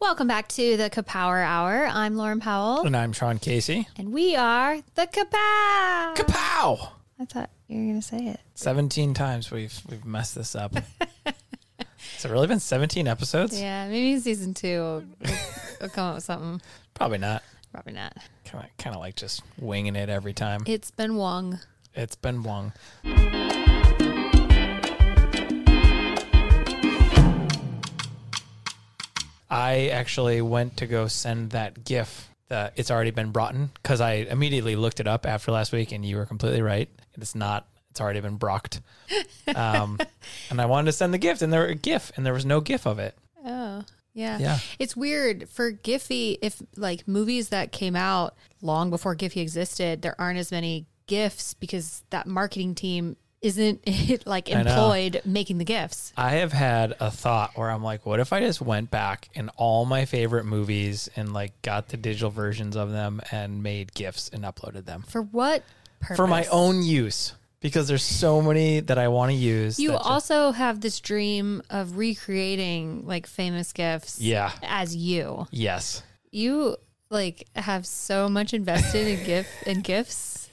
Welcome back to the Kapower Hour. I'm Lauren Powell, And I'm Sean Casey. and we are the Kapow. Kapow! I thought you were going to say it. 17 times we've we've messed this up. Has it really been 17 episodes? Yeah, maybe in season two will we'll come up with something. Probably not. Probably not. Kind of kind of like just winging it every time. It's been Wong. It's been long. I actually went to go send that GIF. The it's already been brought in because I immediately looked it up after last week, and you were completely right. It's not. It's already been brocked. Um, and I wanted to send the gift, and there a GIF, and there was no GIF of it. Oh, yeah. Yeah. It's weird for Giphy if like movies that came out long before Giphy existed, there aren't as many gifts because that marketing team isn't like know. employed making the gifts. I have had a thought where I'm like, what if I just went back in all my favorite movies and like got the digital versions of them and made GIFs and uploaded them For what purpose? for my own use because there's so many that I want to use. You that just- also have this dream of recreating like famous gifts yeah, as you. yes. You like have so much invested in gift and gifts.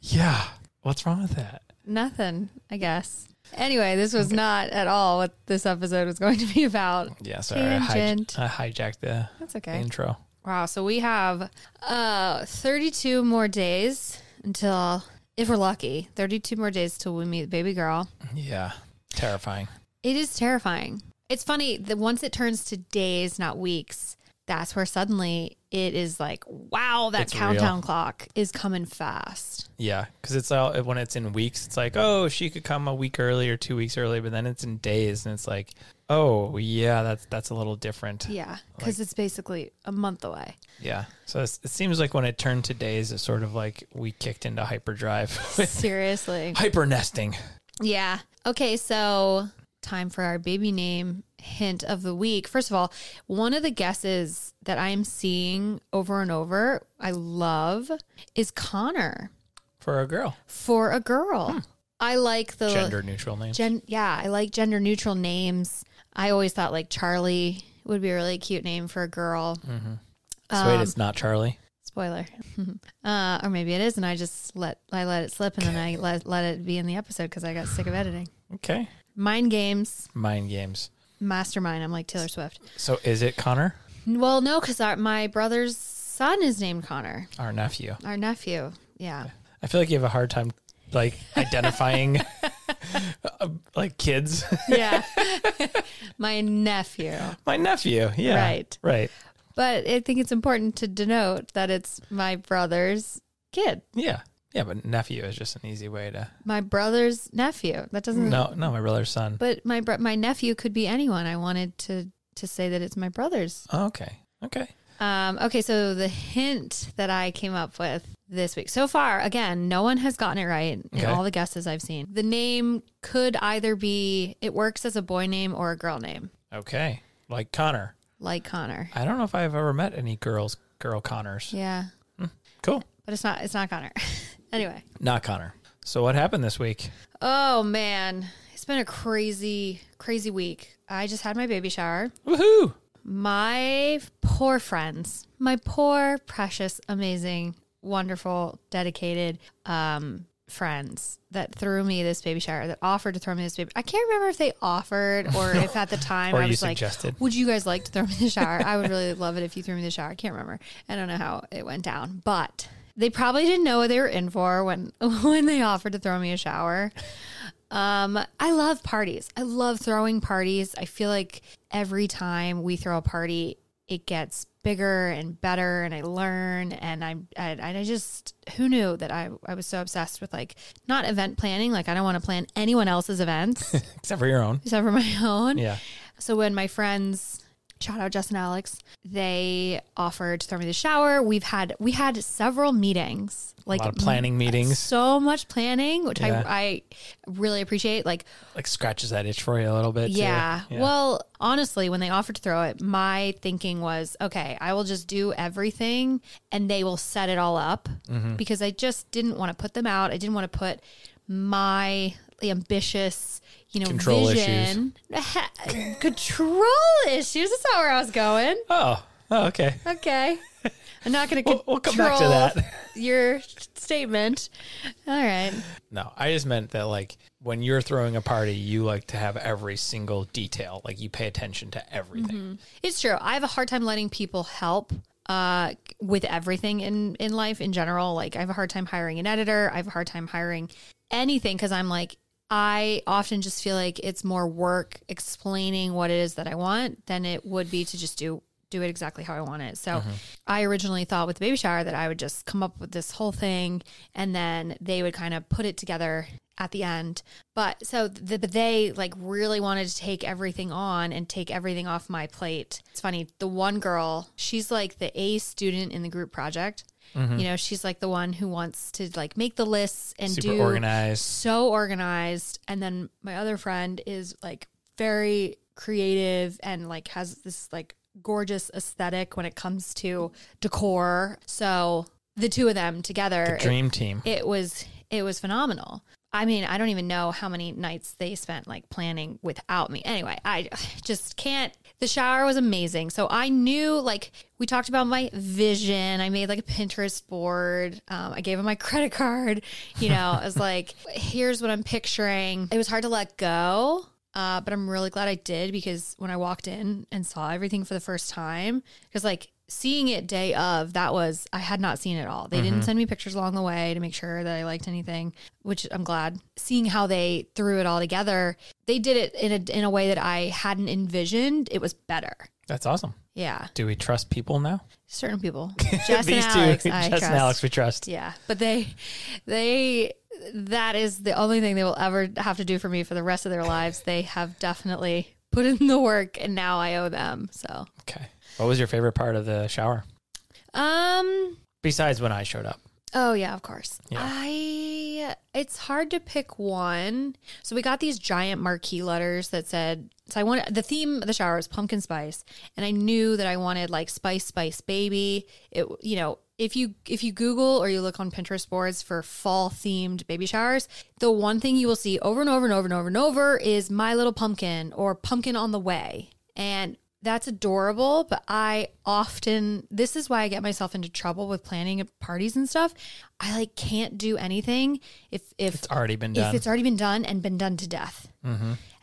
Yeah. What's wrong with that? Nothing, I guess. Anyway, this was not at all what this episode was going to be about. Yeah, sorry. I, hij- Tangent. I hijacked the That's okay. intro. Wow. So we have uh 32 more days until if we're lucky, 32 more days till we meet baby girl. Yeah. Terrifying. It is terrifying. It's funny that once it turns to days, not weeks, that's where suddenly it is like, wow, that It's countdown real. clock is coming fast. Yeah, because it's all when it's in weeks, it's like, oh, she could come a week early or two weeks early, but then it's in days, and it's like, oh, yeah, that's that's a little different. Yeah, because it's basically a month away. Yeah. So it's, it seems like when it turned to days, it's sort of like we kicked into hyperdrive, Seriously. hyper nesting. Yeah. Okay, so time for our baby name hint of the week. First of all, one of the guesses that I am seeing over and over, I love, is Connor for a girl. for a girl. I like the Hmm. Gender neutral name. Gen, yeah, I like gender neutral names. I always thought like Charlie would be a really cute name for a girl. so um, wait, it's not Charlie. Spoiler, uh, or maybe it is, and I just let I let it slip, and then I let let it be in the episode because I got sick of editing. Okay. Mind games, Mind games. mastermind. I'm like Taylor Swift. So is it Connor? Well, no, because my brother's son is named Connor, Our nephew. our nephew. Yeah, I feel like you have a hard time like identifying uh, like kids. yeah, my nephew. My nephew. Yeah. Right. Right. But I think it's important to denote that it's my brother's kid. Yeah. Yeah, but nephew is just an easy way to my brother's nephew. That doesn't. No, no, my brother's son. But my bro- my nephew could be anyone. I wanted to to say that it's my brother's. Oh, okay. Okay. Um, okay, so the hint that I came up with this week so far, again, no one has gotten it right in Okay. all the guesses I've seen. The name could either be it works as a boy name or a girl name, Okay. Like Connor. like Connor. I don't know if I've ever met any girls girl Connors. Yeah, Cool. but it's not it's not Connor. anyway, Not Connor. So what happened this week? oh man, it's been a crazy crazy week. I just had my baby shower. Woohoo! My poor friends, my poor, precious, amazing, wonderful, dedicated um, friends that threw me this baby shower, that offered to throw me this baby. I can't remember if they offered or if at the time Or I you was like, suggested. "Would you guys like to throw me the shower? I would really love it if you threw me the shower." I can't remember. I don't know how it went down, but they probably didn't know what they were in for when when they offered to throw me a shower. Um, I love parties. I love throwing parties. I feel like every time we throw a party, it gets bigger and better, and I learn. And I'm, I, and I just, who knew that I, I was so obsessed with like not event planning. Like I don't want to plan anyone else's events Except for your own. except for my own. Yeah. So when my friends shout out Justin Alex, they offered to throw me the shower. We've had we had several meetings, like a lot of planning meetings. so much planning, which Yeah. I, I really appreciate. Like Like scratches that itch for you a little bit. too. yeah. Well, honestly, when they offered to throw it, my thinking was, okay, I will just do everything and they will set Mm-hmm. it all up because I just didn't want to put them out. I didn't want to put my ambitious, you know, Control vision. Issues. Control issues. That's not where I was going. Oh, oh okay. Okay. I'm not going to We'll- control we'll come back to that. your statement. All right. No, I just meant that like when you're throwing a party, you like to have every single detail. Like you pay attention to everything. Mm-hmm. It's true. I have a hard time letting people help uh, with everything in in life in general. Like I have a hard time hiring an editor. I have a hard time hiring anything because I'm like I often just feel like it's more work explaining what it is that I want than it would be to just do do it exactly how I want it. So I originally thought with the baby shower that I would just come up with this whole thing and then they would kind of put it together at the end. But so the, but they like really wanted to take everything on and take everything off my plate. It's funny. The one girl, she's like the A student in the group project. You know, she's like the one who wants to like make the lists and Super do organized. so organized. And then my other friend is like very creative and like has this like gorgeous aesthetic when it comes to decor. So the two of them together, it- Dream team. it was it was phenomenal. I mean, I don't even know how many nights they spent like planning without me. Anyway, I just can't. The shower was amazing. So I knew like we talked about my vision. I made like a Pinterest board. Um, I gave him my credit card. You know, I was like, here's what I'm picturing. It was hard to let go. Uh, but I'm really glad I did because when I walked in and saw everything for the first time, because like seeing it day of that was i had not seen it all they Mm-hmm. didn't send me pictures along the way to make sure that i liked anything which i'm glad seeing how they threw it all together they did it in a, in a way that i hadn't envisioned it was better That's awesome. yeah Do we trust people now? certain people jess These and two, alex Jess i and trust Alex, we trust. yeah but they they that is the only thing they will ever have to do for me for the rest of their lives they have definitely put in the work and now i owe them so Okay. What was your favorite part of the shower? um Besides when I showed up. Oh yeah, of course. Yeah. I it's hard to pick one. So we got these giant marquee letters that said so I wanted the theme of the shower was pumpkin spice and I knew that I wanted like spice spice baby. It you know, if you if you Google or you look on Pinterest boards for fall themed baby showers, the one thing you will see over and over and over and over and over is my little pumpkin or pumpkin on the way. And that's adorable, but I often this is why I get myself into trouble with planning parties and stuff. I like can't do anything if if It's already been if done. Mm-hmm. it's already been done and been done to death.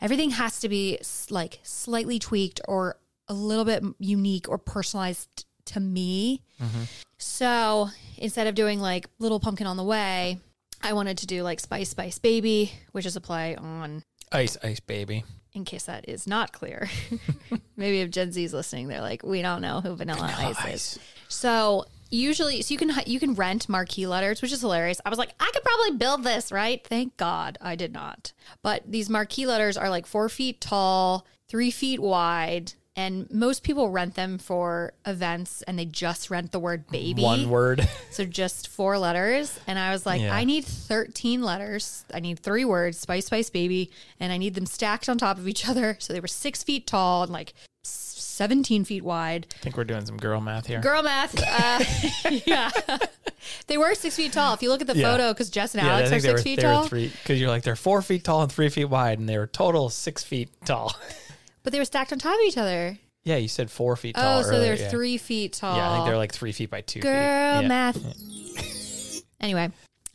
Everything has to be s- like slightly tweaked or a little bit m- unique or personalized to me. Mm-hmm. So instead of doing like Little Pumpkin on the Way, I wanted to do like Spice Spice Baby, which is a play on, Ice, ice, baby. in case that is not clear. Maybe if Gen Z's listening, they're like, we don't know who Vanilla, Ice, is. Ice. So usually, so you can you can rent marquee letters, which is hilarious. I was like, I could probably build this, right? Thank God I did not. But these marquee letters are like four feet tall, three feet wide, and most people rent them for events, and they just rent the word baby. One word. So just four letters. And I was like, Yeah. I need 13 letters. I need three words, spice, spice, baby. And I need them stacked on top of each other. So they were six feet tall and like s- 17 feet wide. I think we're doing some girl math here. Girl math. Uh, yeah. They were six feet tall. If you look at the Yeah. photo, because Jess and yeah, I Alex are think six they were, feet they were tall, three because you're like they're four feet tall and three feet wide, and they were total six feet tall. but they were stacked on top of each other. yeah, you said four feet Oh, tall. so earlier, they're yeah. three feet tall. Yeah, I think they're like three feet by two. feet. Girl Yeah. math. anyway,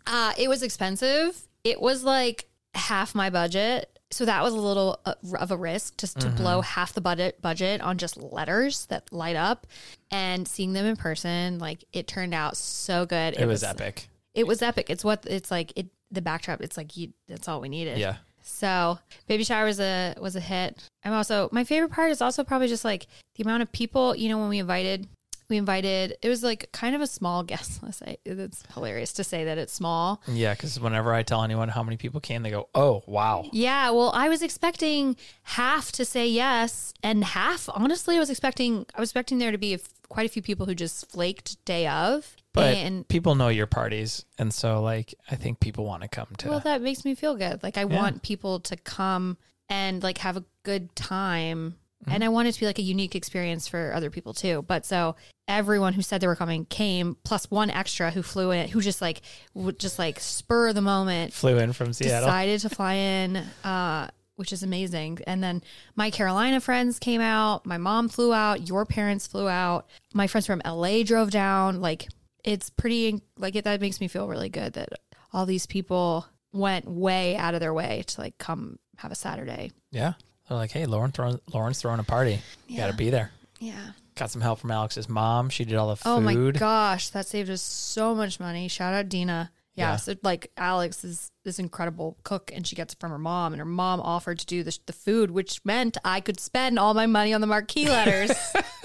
uh, it was expensive. It was like half my budget. So that was a little uh, of a risk just Mm-hmm. to blow half the budget budget on just letters that light up and seeing them in person like it turned out so good. It was epic. It was epic. It's what it's like. It the backdrop. It's like you. That's all we needed. Yeah. So baby shower was a was a hit. I'm also my favorite part is also probably just like the amount of people. You know when we invited. We invited. It was like kind of a small guest list. I, it's hilarious to say that it's small. Yeah, because whenever I tell anyone how many people came, they go, "Oh, wow." Yeah. Well, I was expecting half to say yes, and half. Honestly, I was expecting. I was expecting there to be a f quite a few people who just flaked day of. But and people know your parties, and so like I think people want to come to. Well, that makes me feel good. Like I want people to come and like have a good time And I want it to be like a unique experience for other people too. But so everyone who said they were coming came, plus one extra who flew in, who just like would just like spur of the moment Flew in from Seattle. decided to fly in, uh, which is amazing. And then my Carolina friends came out. My mom flew out. Your parents flew out. My friends from LA drove down. Like it's pretty. Like it, that makes me feel really good that all these people went way out of their way to like come have a Saturday. Yeah. They're like, hey, Lauren throw, Lauren's throwing a party. You got to be there. Yeah. Got some help from Alex's mom. She did all the food. Oh my gosh, that saved us so much money. Shout out Dina. Yeah, Yeah. so like Alex is this incredible cook, and she gets it from her mom, and her mom offered to do the, the food, which meant I could spend all my money on the marquee letters.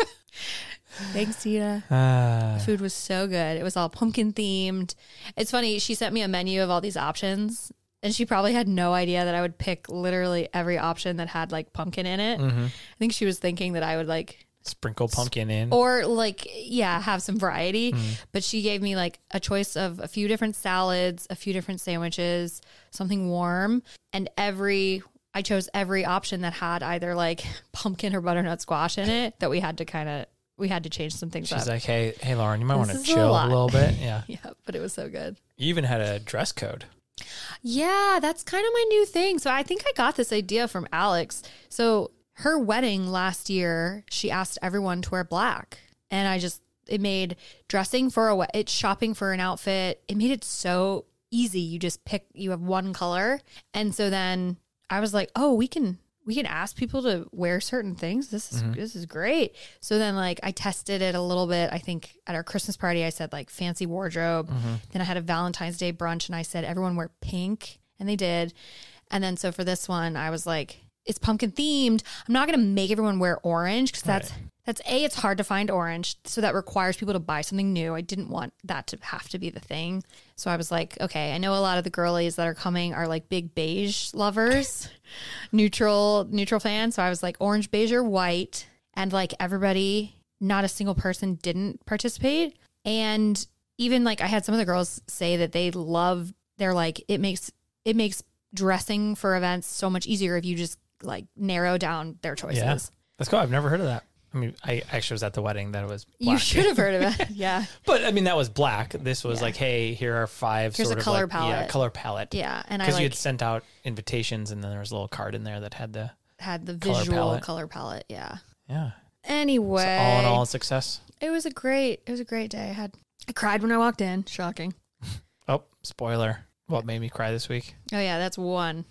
Thanks, Dina. Ah, Food was so good. It was all pumpkin themed. It's funny, she sent me a menu of all these options, and she probably had no idea that I would pick literally every option that had like pumpkin in it. Mm-hmm. I think she was thinking that I would like sprinkle pumpkin in. or like yeah have some variety but she gave me like a choice of a few different salads a few different sandwiches something warm and every i chose every option that had either like pumpkin or butternut squash in it that we had to kind of we had to change some things She's up like, hey, hey, Lauren, you might want This to is a chill a, lot. little bit. Yeah. yeah but it was so good You even had a dress code. Yeah, that's kind of my new thing. So I think I got this idea from Alex. So her wedding last year, she asked everyone to wear black. And I just, it made dressing for a, we- it's shopping for an outfit. It made it so easy. You just pick, you have one color. And so then I was like, oh, we can, we can ask people to wear certain things. This is this is great. So then like I tested it a little bit. I think at our Christmas party I said like fancy wardrobe. Then I had a Valentine's Day brunch and I said everyone wear pink and they did. And then so for this one I was like it's pumpkin themed. I'm not going to make everyone wear orange cuz that's that's a it's hard to find orange so that requires people to buy something new i didn't want that to have to be the thing so i was like okay i know a lot of the girlies that are coming are like big beige lovers neutral neutral fan so i was like orange beige or white and like everybody not a single person didn't participate and even like i had some of the girls say that they love they're like it makes it makes dressing for events so much easier if you just like narrow down their choices Yeah. That's cool. I've never heard of that. I mean, I actually was at the wedding that was black. You should have heard of it. yeah. But I mean, that was black. This was like, hey, here are five. Here's a sort of color like- Yeah, palette. color palette. Yeah. And I Because you had like sent out invitations, and then there was a little card in there that had the had the color visual palette. color palette. Yeah. yeah. Anyway. All in all, success. It was a great it was a great day. I had I cried when I walked in. Shocking. Oh, spoiler! What made me cry this week? Oh yeah, that's one.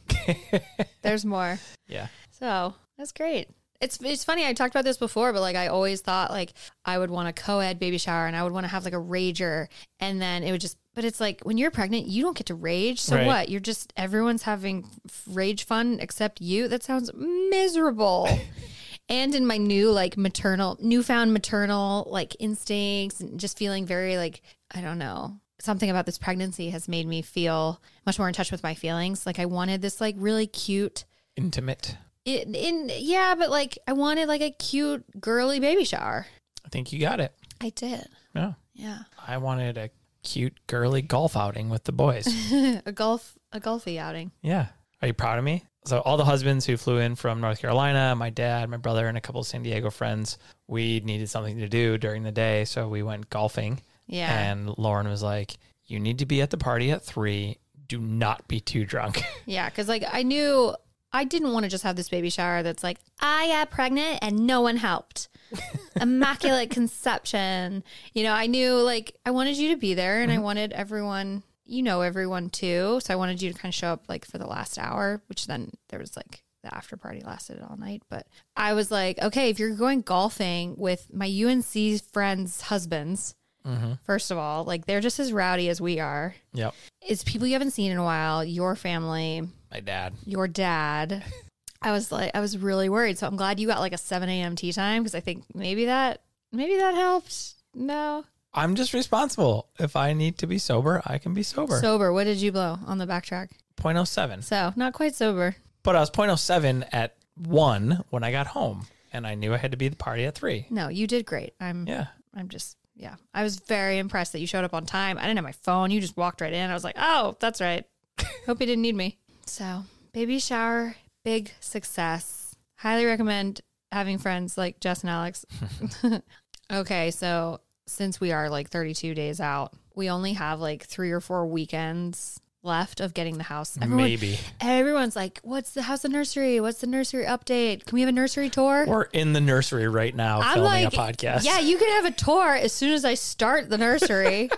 There's more. Yeah, So that's great. It's it's funny. I talked about this before, but like I always thought like I would want a co-ed baby shower and I would want to have like a rager, and then it would just. But it's like when you're pregnant, you don't get to rage. So Right. what? You're just everyone's having f- rage fun except you. That sounds miserable. and in my new like maternal, newfound maternal like instincts, and just feeling very like I don't know. Something about this pregnancy has made me feel much more in touch with my feelings. Like I wanted this like really cute intimate. it, in yeah, but like I wanted like a cute girly baby shower. I think you got it. I did. Yeah, Yeah. I wanted a cute, girly golf outing with the boys. a golf a golfy outing. yeah, are you proud of me? So all the husbands who flew in from North Carolina, my dad, my brother, and a couple of San Diego friends, we needed something to do during the day, so we went golfing. Yeah. And Lauren was like, "You need to be at the party at three. Do not be too drunk." Yeah, cuz like I knew I didn't want to just have this baby shower that's like I got pregnant and no one helped. Immaculate conception. You know, I knew like I wanted you to be there and I wanted everyone you know everyone too. So I wanted you to kind of show up like for the last hour, which then there was like the after party lasted all night. But I was like, okay, if you're going golfing with my UNC friends' husbands, first of all, like they're just as rowdy as we are. yep, It's people you haven't seen in a while, your family, my dad. your dad. I was like, I was really worried. So I'm glad you got like a 7 a.m. tea time because I think maybe that, maybe that helped. No. I'm just responsible. If I need to be sober, I can be sober. Sober. What did you blow on the backtrack? 0.07. So not quite sober. But I was 0.07 at 1 when I got home, and I knew I had to be at the party at 3. No, you did great. I'm, Yeah. I'm just, yeah. I was very impressed that you showed up on time. I didn't have my phone. You just walked right in. I was like, oh, that's right. Hope you didn't need me. So, baby shower, big success. Highly recommend having friends like Jess and Alex. okay, so since we are like 32 days out, we only have like three or four weekends left of getting the house. Everyone, Maybe. Everyone's like, "What's the house and nursery? What's the nursery update? Can we have a nursery tour?" We're in the nursery right now I'm filming like, a podcast. "Yeah, you can have a tour as soon as I start the nursery."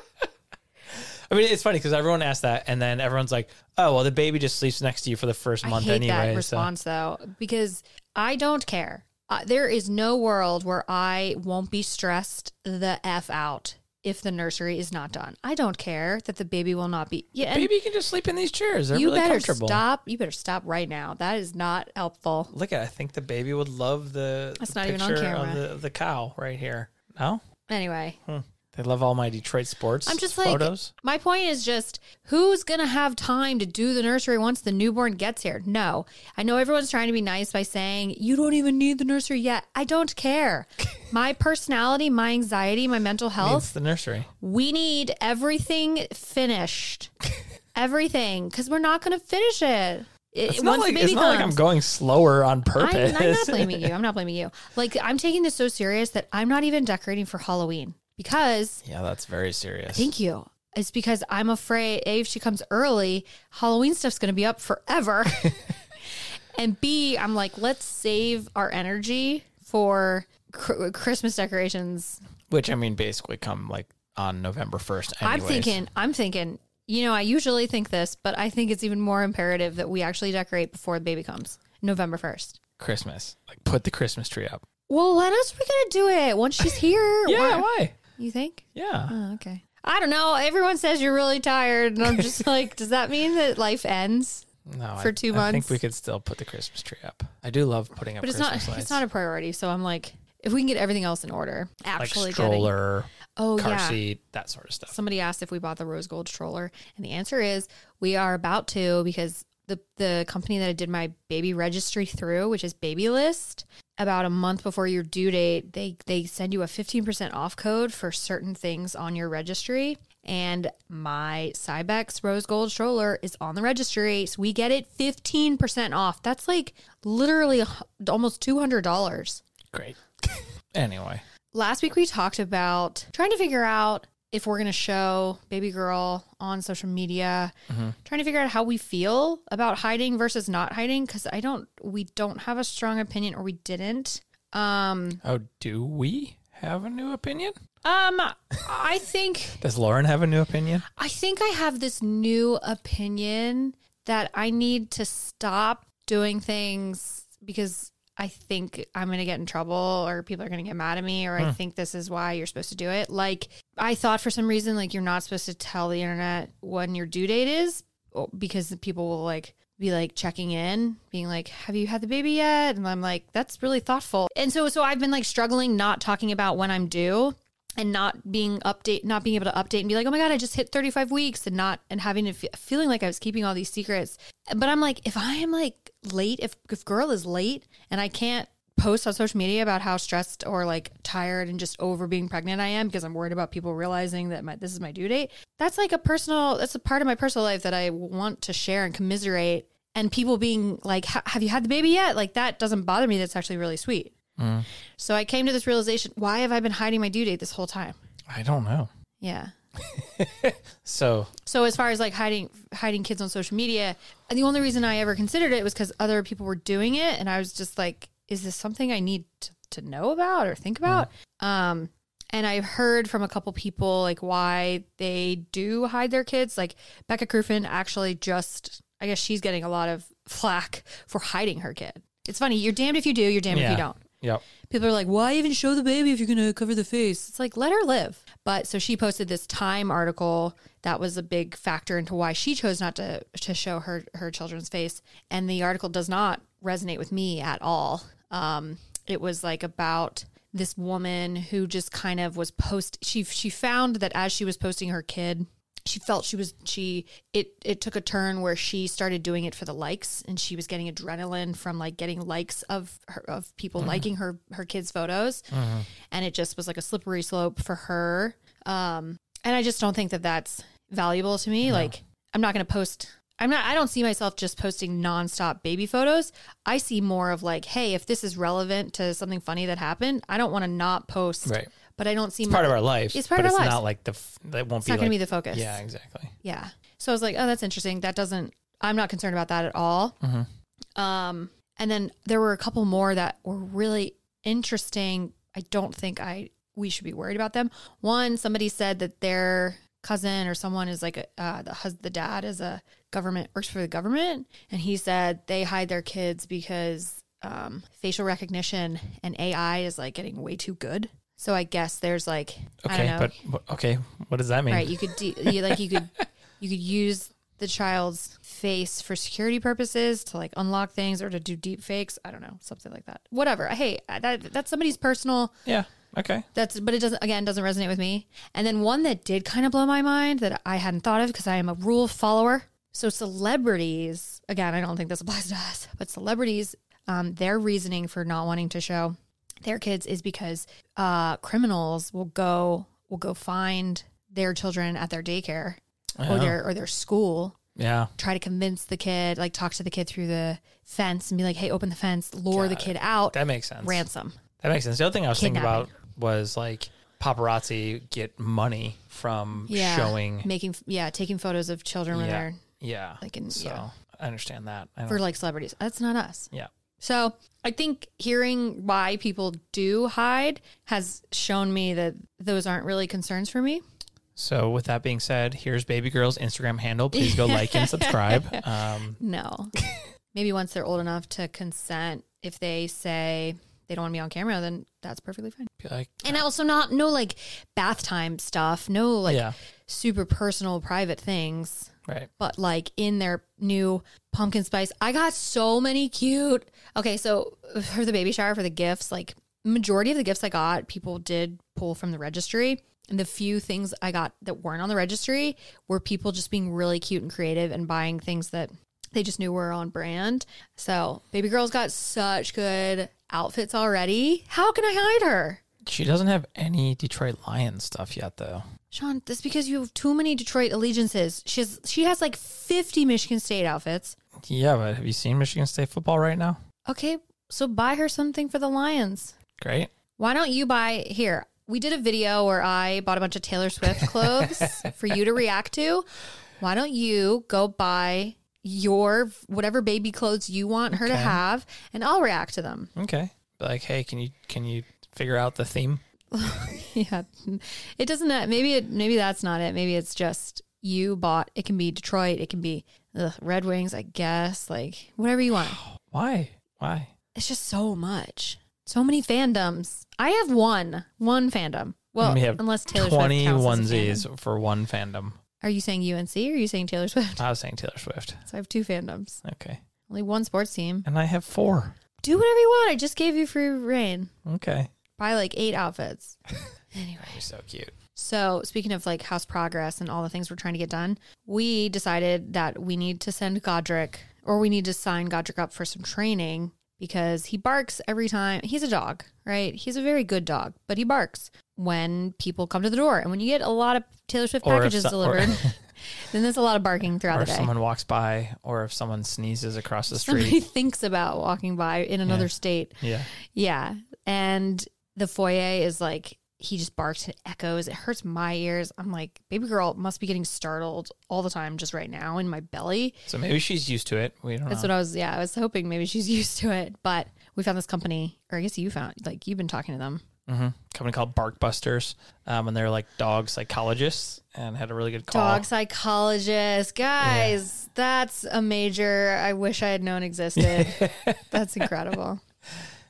I mean, it's funny because everyone asks that, and then everyone's like, "Oh, well, the baby just sleeps next to you for the first month I hate anyway." that response though because I don't care. Uh, there is no world where I won't be stressed the f out if the nursery is not done. I don't care that the baby will not be. Yeah, So and baby can just sleep in these chairs. They're you really better comfortable. stop. You better stop right now. That is not helpful. Look at. I think the baby would love the. That's the not even on picture camera. Of the, the cow right here. No, Anyway, they love all my Detroit sports. I'm just like photos. my point is just who's gonna have time to do the nursery once the newborn gets here? No, I know everyone's trying to be nice by saying you don't even need the nursery yet. I don't care. my personality, my anxiety, my mental It's health. the nursery. We need everything finished, everything, because we're not gonna finish it. it It's not, once like, the it's baby not like comes. I'm going slower on purpose. I'm, I'm not blaming you. I'm not blaming you. Like I'm taking this so serious that I'm not even decorating for Halloween because yeah, that's very serious. Thank you. It's because I'm afraid A, if she comes early, Halloween stuff's going to be up forever. and B, I'm like, let's save our energy for cr- Christmas decorations. Which I mean, basically, come like on November first. I'm thinking, I'm thinking, you know, I usually think this, but I think it's even more imperative that we actually decorate before the baby comes November 1st. Christmas. Like, put the Christmas tree up. Well, when else we going to do it? Once she's here? Yeah. Why- Why? You think? Yeah. Oh, okay. I don't know. Everyone says you're really tired. And I'm just like, does that mean that life ends? No, for I, two I think months. we could still put the Christmas tree up. I do love putting up but it's not Christmas lights. it's not a priority so i'm like if we can get everything else in order like actually getting stroller, oh car yeah seat, that sort of stuff. somebody asked if we bought the rose gold stroller and the answer is we are about to because the the company that i did my baby registry through which is baby list about a month before your due date they they send you a 15% off code for certain things on your registry and my Cybex rose gold stroller is on the registry so we get it 15% off that's like literally a hu- almost $200 Great. anyway, last week we talked about trying to figure out if we're going to show baby girl on social media trying to figure out how we feel about hiding versus not hiding because i don't we don't have a strong opinion or we didn't um oh, do we have a new opinion? um i think Does Lauren have a new opinion? i think i have this new opinion that i need to stop doing things because i think i'm going to get in trouble or people are going to get mad at me or i think this is why you're supposed to do it like I thought for some reason like you're not supposed to tell the internet when your due date is o- because the people will like be like checking in, being like, "Have you had the baby yet?" And I'm like, "That's really thoughtful." And so so I've been like struggling not talking about when I'm due and not being update not being able to update and be like, "Oh my god, I just hit 35 weeks." And not and having to fe- feeling like I was keeping all these secrets. But I'm like, if I am like late, if if girl is late and I can't post on social media about how stressed or like tired and just over being pregnant I am because I'm worried about people realizing that my, this is my due date. That's like a personal, that's a part of my personal life that I want to share and commiserate. And people being like, "Ha- have you had the baby yet? Like that doesn't bother me. That's actually really sweet. So I came to this realization why have I been hiding my due date this whole time? I don't know. Yeah. So So as far as like hiding hiding kids on social media, the only reason I ever considered it was because other people were doing it, and I was just like, is this something I need to, to know about or think about? Um, and I've heard from a couple people like why they do hide their kids. Like Becca Krufin actually just, I guess she's getting a lot of flack for hiding her kid. It's funny. You're damned if you do. You're damned if Yeah. you don't. yep. People are like, why even show the baby if you're going to cover the face? It's like, let her live. But so she posted this Time article that was a big factor into why she chose not to, to show her, her children's face. And the article does not resonate with me at all. Um, it was like about this woman who just kind of was post she she found that as she was posting her kid she felt she was she it it took a turn where she started doing it for the likes and she was getting adrenaline from like getting likes of her, of Mm-hmm. people liking her her kids photos and it just was like a slippery slope for her um and i just don't think that that's valuable to me like i'm not going to post I'm not I don't see myself just posting nonstop baby photos. I see more of like, hey, if this is relevant to something funny that happened, I don't want to not post. Right. But I don't see It's part of our life. It's part but of our it's lives. not like the f- that won't it's be not like gonna be the focus. yeah exactly. Yeah. So I was like, oh, that's interesting. That doesn't, I'm not concerned about that at all. Mm-hmm. Um, and then there were a couple more that were really interesting. I don't think I, we should be worried about them. One, somebody said that their cousin or someone is like a, uh, the hus- the dad is a government works for the government, and he said they hide their kids because um, facial recognition and AI is like getting way too good. So I guess there's like I don't Okay, know, but but- okay, what does that mean? Right. You could de- you, like you could you could use the child's face for security purposes to like unlock things or to do deep fakes. I don't know, something like that. Whatever. Hey, that that's somebody's personal. Yeah. Okay. That's but it doesn't again doesn't resonate with me. And then one that did kind of blow my mind that I hadn't thought of because I am a rule follower. So celebrities again, I don't think this applies to us, but celebrities, um, their reasoning for not wanting to show their kids is because uh, criminals will go will go find their children at their daycare Yeah. or their or their school Yeah. try to convince the kid like talk to the kid through the fence and be like hey open the fence lure the Got it. kid out That makes sense. ransom That makes sense. The other thing I was thinking about Kidnapping. was like paparazzi get money from yeah showing. making yeah taking photos of children when Yeah. they're Yeah. Like in- so yeah. I understand that. I don't, for like celebrities that's not us yeah. so i think hearing why people do hide has shown me that those aren't really concerns for me So with that being said, here's Baby Girl's Instagram handle. Please go like and subscribe. Um, no maybe once they're old enough to consent if they say they don't want to be on camera then that's perfectly fine be like, and also not no like bath time stuff no like yeah. super personal private things Right. but like in their new pumpkin spice i got so many cute okay so uh, for the baby shower for the gifts like majority of the gifts i got people did pull from the registry and the few things i got that weren't on the registry were people just being really cute and creative and buying things that they just knew were on brand so baby girl's got such good outfits already how can i hide her She doesn't have any Detroit Lions stuff yet, though. Sean, that's because you have too many Detroit allegiances. She has she has like fifty Michigan State outfits. Yeah, but have you seen Michigan State football right now? Okay, so buy her something for the Lions. Great. Why don't you buy here? We did a video where I bought a bunch of Taylor Swift clothes for you to react to. Why don't you go buy your whatever baby clothes you want her to Okay. have and I'll react to them. Okay. Be like, hey, can you can you figure out the theme? yeah. It doesn't uh, maybe it maybe that's not it. Maybe it's just you bought it can be Detroit, it can be ugh, Red Wings, I guess, like whatever you want. Why? Why? It's just so much. So many fandoms. I have one. One fandom. Well, we have unless Taylor twenty Swift counts as a fandom. onesies for one fandom. Are you saying UNC or are you saying Taylor Swift? I was saying Taylor Swift. So I have two fandoms. Okay. Only one sports team. And I have four. Do whatever you want. I just gave you free reign. Okay. Buy like eight outfits. anyway. You're so cute. So, speaking of like house progress and all the things we're trying to get done, we decided that we need to send Godric or we need to sign Godric up for some training because he barks every time. He's a dog, right? He's a very good dog, but he barks when people come to the door. And when you get a lot of Taylor Swift Or if packages so- or- delivered, then there's a lot of barking throughout Or the if day. someone walks by or if someone sneezes across the street. Somebody thinks about walking by in another Yeah. state. Yeah. Yeah. And the foyer is like, he just barks and echoes. It hurts my ears. I'm like, baby girl must be getting startled all the time just right now in my belly. So maybe she's used to it. We don't That's know. what I was, yeah, I was hoping maybe she's used to it. But we found this company, or I guess you found, like, you've been talking to them. hmm Company called Barkbusters. Um, and they're like dog psychologists and had a really good call. Dog psychologist. Guys, that's a major I wish I had known existed. that's incredible.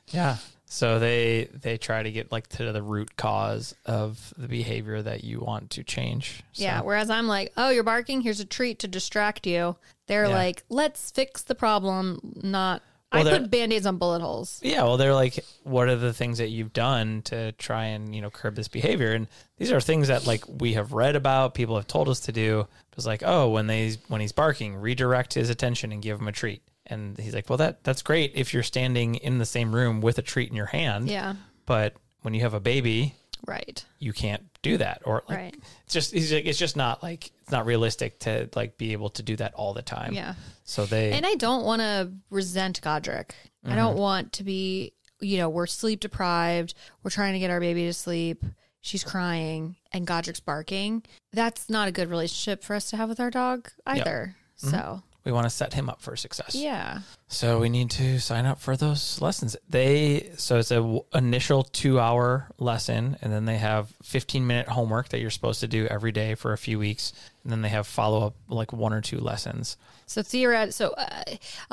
Yeah. So they they try to get like to the root cause of the behavior that you want to change. So, Yeah. Whereas I'm like, oh, you're barking. Here's a treat to distract you. They're Yeah. like, let's fix the problem, not. Well, I they're- put band aids on bullet holes. Yeah, well, they're like, what are the things that you've done to try and you know curb this behavior? And these are things that like we have read about, people have told us to do. It was like, oh, when they when he's barking, redirect his attention and give him a treat. And he's like, well, that that's great if you're standing in the same room with a treat in your hand. Yeah. But when you have a baby, Right. you can't do that or like Right. it's just it's, like, it's just not like it's not realistic to like be able to do that all the time. Yeah. So they And I don't want to resent Godric. I don't Mm-hmm. want to be, you know, we're sleep deprived. We're trying to get our baby to sleep. She's crying and Godric's barking. That's not a good relationship for us to have with our dog either. Mm-hmm. So, we want to set him up for success. yeah. So we need to sign up for those lessons. They so it's a w- initial 2-hour lesson and then they have 15-minute homework that you're supposed to do every day for a few weeks and then they have follow-up like one or two lessons. So theoret so uh,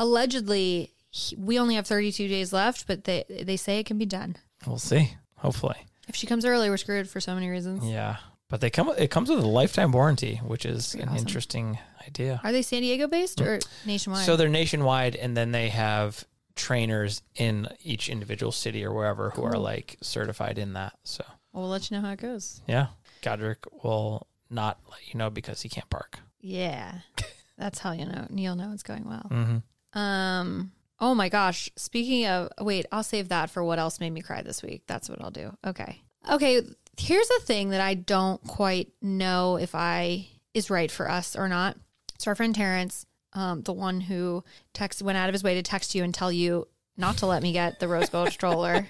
allegedly he, we only have 32 days left, but they they say it can be done. We'll see. Hopefully. If she comes early, we're screwed for so many reasons. Yeah. But they come it comes with a lifetime warranty, which is an awesome. interesting idea. Are they San Diego based or nationwide? So they're nationwide, and then they have trainers in each individual city or wherever who are like certified in that. So well, we'll let you know how it goes. yeah, Godric will not let you know because he can't park. Yeah. That's how you know Neil know it's going well. Mhm. Um oh my gosh. Speaking of wait, I'll save that for what else made me cry this week. That's what I'll do. Okay. Okay, here's a thing that I don't quite know if I is right for us or not. So our friend Terrence, um, the one who text went out of his way to text you and tell you not to let me get the rose gold stroller.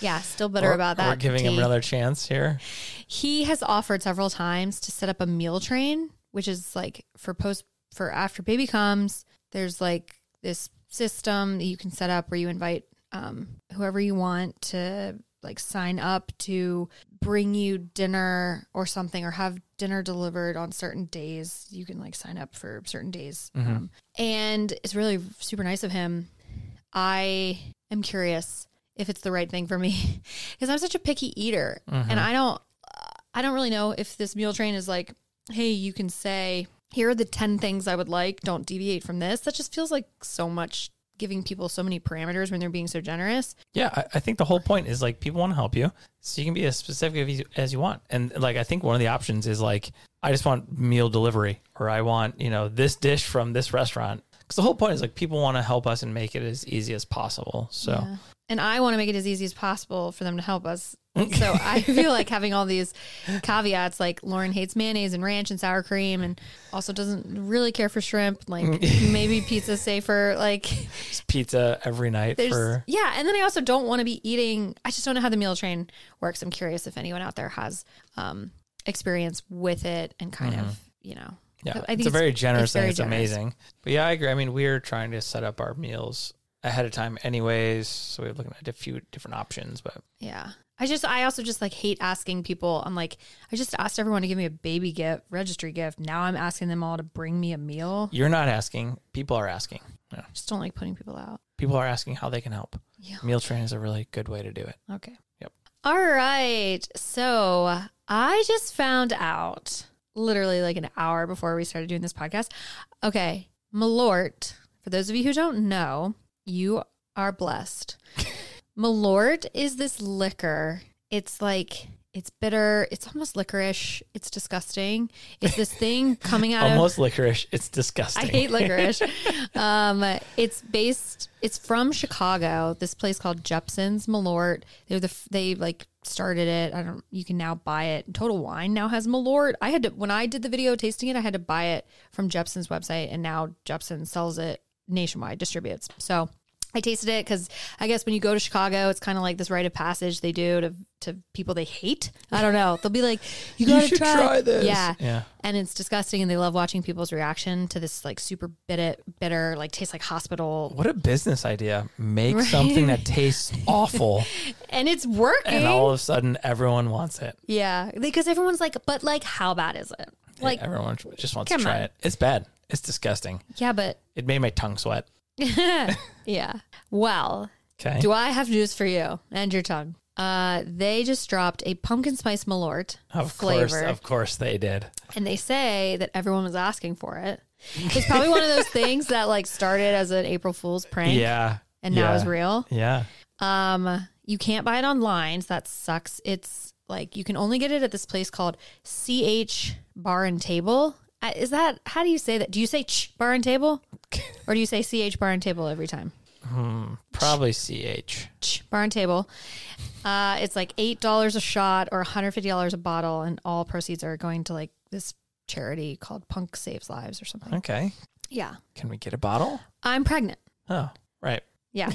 Yeah, still bitter We're- about that. We're giving him T. another chance here. He has offered several times to set up a meal train, which is like for post for after baby comes. There's like this system that you can set up where you invite um, whoever you want to like sign up to bring you dinner or something or have dinner delivered on certain days. You can like sign up for certain days. Um, and it's really super nice of him. I am curious if it's the right thing for me because I'm such a picky eater and I don't I don't really know if this meal train is like, hey, you can say, here are the 10 things I would like. Don't deviate from this. That just feels like so much giving people so many parameters when they're being so generous. Yeah, I, I think the whole point is like people want to help you, so you can be as specific as you, as you want. And like I think one of the options is like I just want meal delivery, or I want you know this dish from this restaurant. Because the whole point is like people want to help us and make it as easy as possible. So. Yeah. And I want to make it as easy as possible for them to help us. So I feel like having all these caveats, like Lauren hates mayonnaise and ranch and sour cream, and also doesn't really care for shrimp. Like maybe pizza's safer. Like pizza every night There's, for yeah, and then I also don't want to be eating. I just don't know how the meal train works. I'm curious if anyone out there has um, experience with it and kind of you know. Mm-hmm. yeah. I think it's a very generous it's thing. very It's generous. amazing. But yeah, I agree. I mean, we're trying to set up our meals ahead of time, anyways. So we're looking at a few different options. But yeah. I just I also just like hate asking people. I'm like I just asked everyone to give me a baby gift, registry gift. Now I'm asking them all to bring me a meal. you're not asking. People are asking. Yeah. Just don't like putting people out. People are asking how they can help. Yeah. Meal train is a really good way to do it. Okay. Yep. All right. So I just found out literally like an hour before we started doing this podcast. Okay. Malort, for those of you who don't know, you are blessed. Malort is this liquor. It's like, it's bitter. It's almost licorice. It's disgusting. It's this thing coming out of. Almost licorice. It's disgusting. I hate licorice. um, it's based. It's from Chicago. This place called Jepson's Malort. They're the f- they like started it. I don't. You can now buy it. Total Wine now has Malort. I had to when I did the video tasting it. I had to buy it from Jepson's website, and now Jepson sells it nationwide, distributes. So. I tasted it because I guess when you go to Chicago, it's kind of like this rite of passage they do to, to people they hate. I don't know. They'll be like, "You You gotta should try, this. Yeah, Yeah. and it's disgusting and they love watching people's reaction to this like super bitter bitter like tastes like hospital What a business idea. Make something that tastes awful and it's working and all of a sudden everyone wants it. yeah because everyone's like but like how bad is it like Like everyone just wants to come try on. it. It's bad. It's disgusting. yeah but It made my tongue sweat. yeah well Okay. do i have news for you and your tongue uh they just dropped a pumpkin spice malort Of flavor course, of course they did. and they say that everyone was asking for it it's probably one of those things that like started as an april fool's prank Yeah. and now yeah. is real Yeah. Um, you can't buy it online, so that sucks. It's like you can only get it at this place called CH Bar and Table. Uh, Is that how do you say that? Do you say ch bar and table, or do you say CH bar and table every time? Probably CH. Ch- Barn Table. Uh, it's like eight dollars a shot or one hundred fifty dollars a bottle, and all proceeds are going to like this charity called Punk Saves Lives or something. Okay. Yeah, Can we get a bottle? I'm pregnant. Oh, right. Yeah.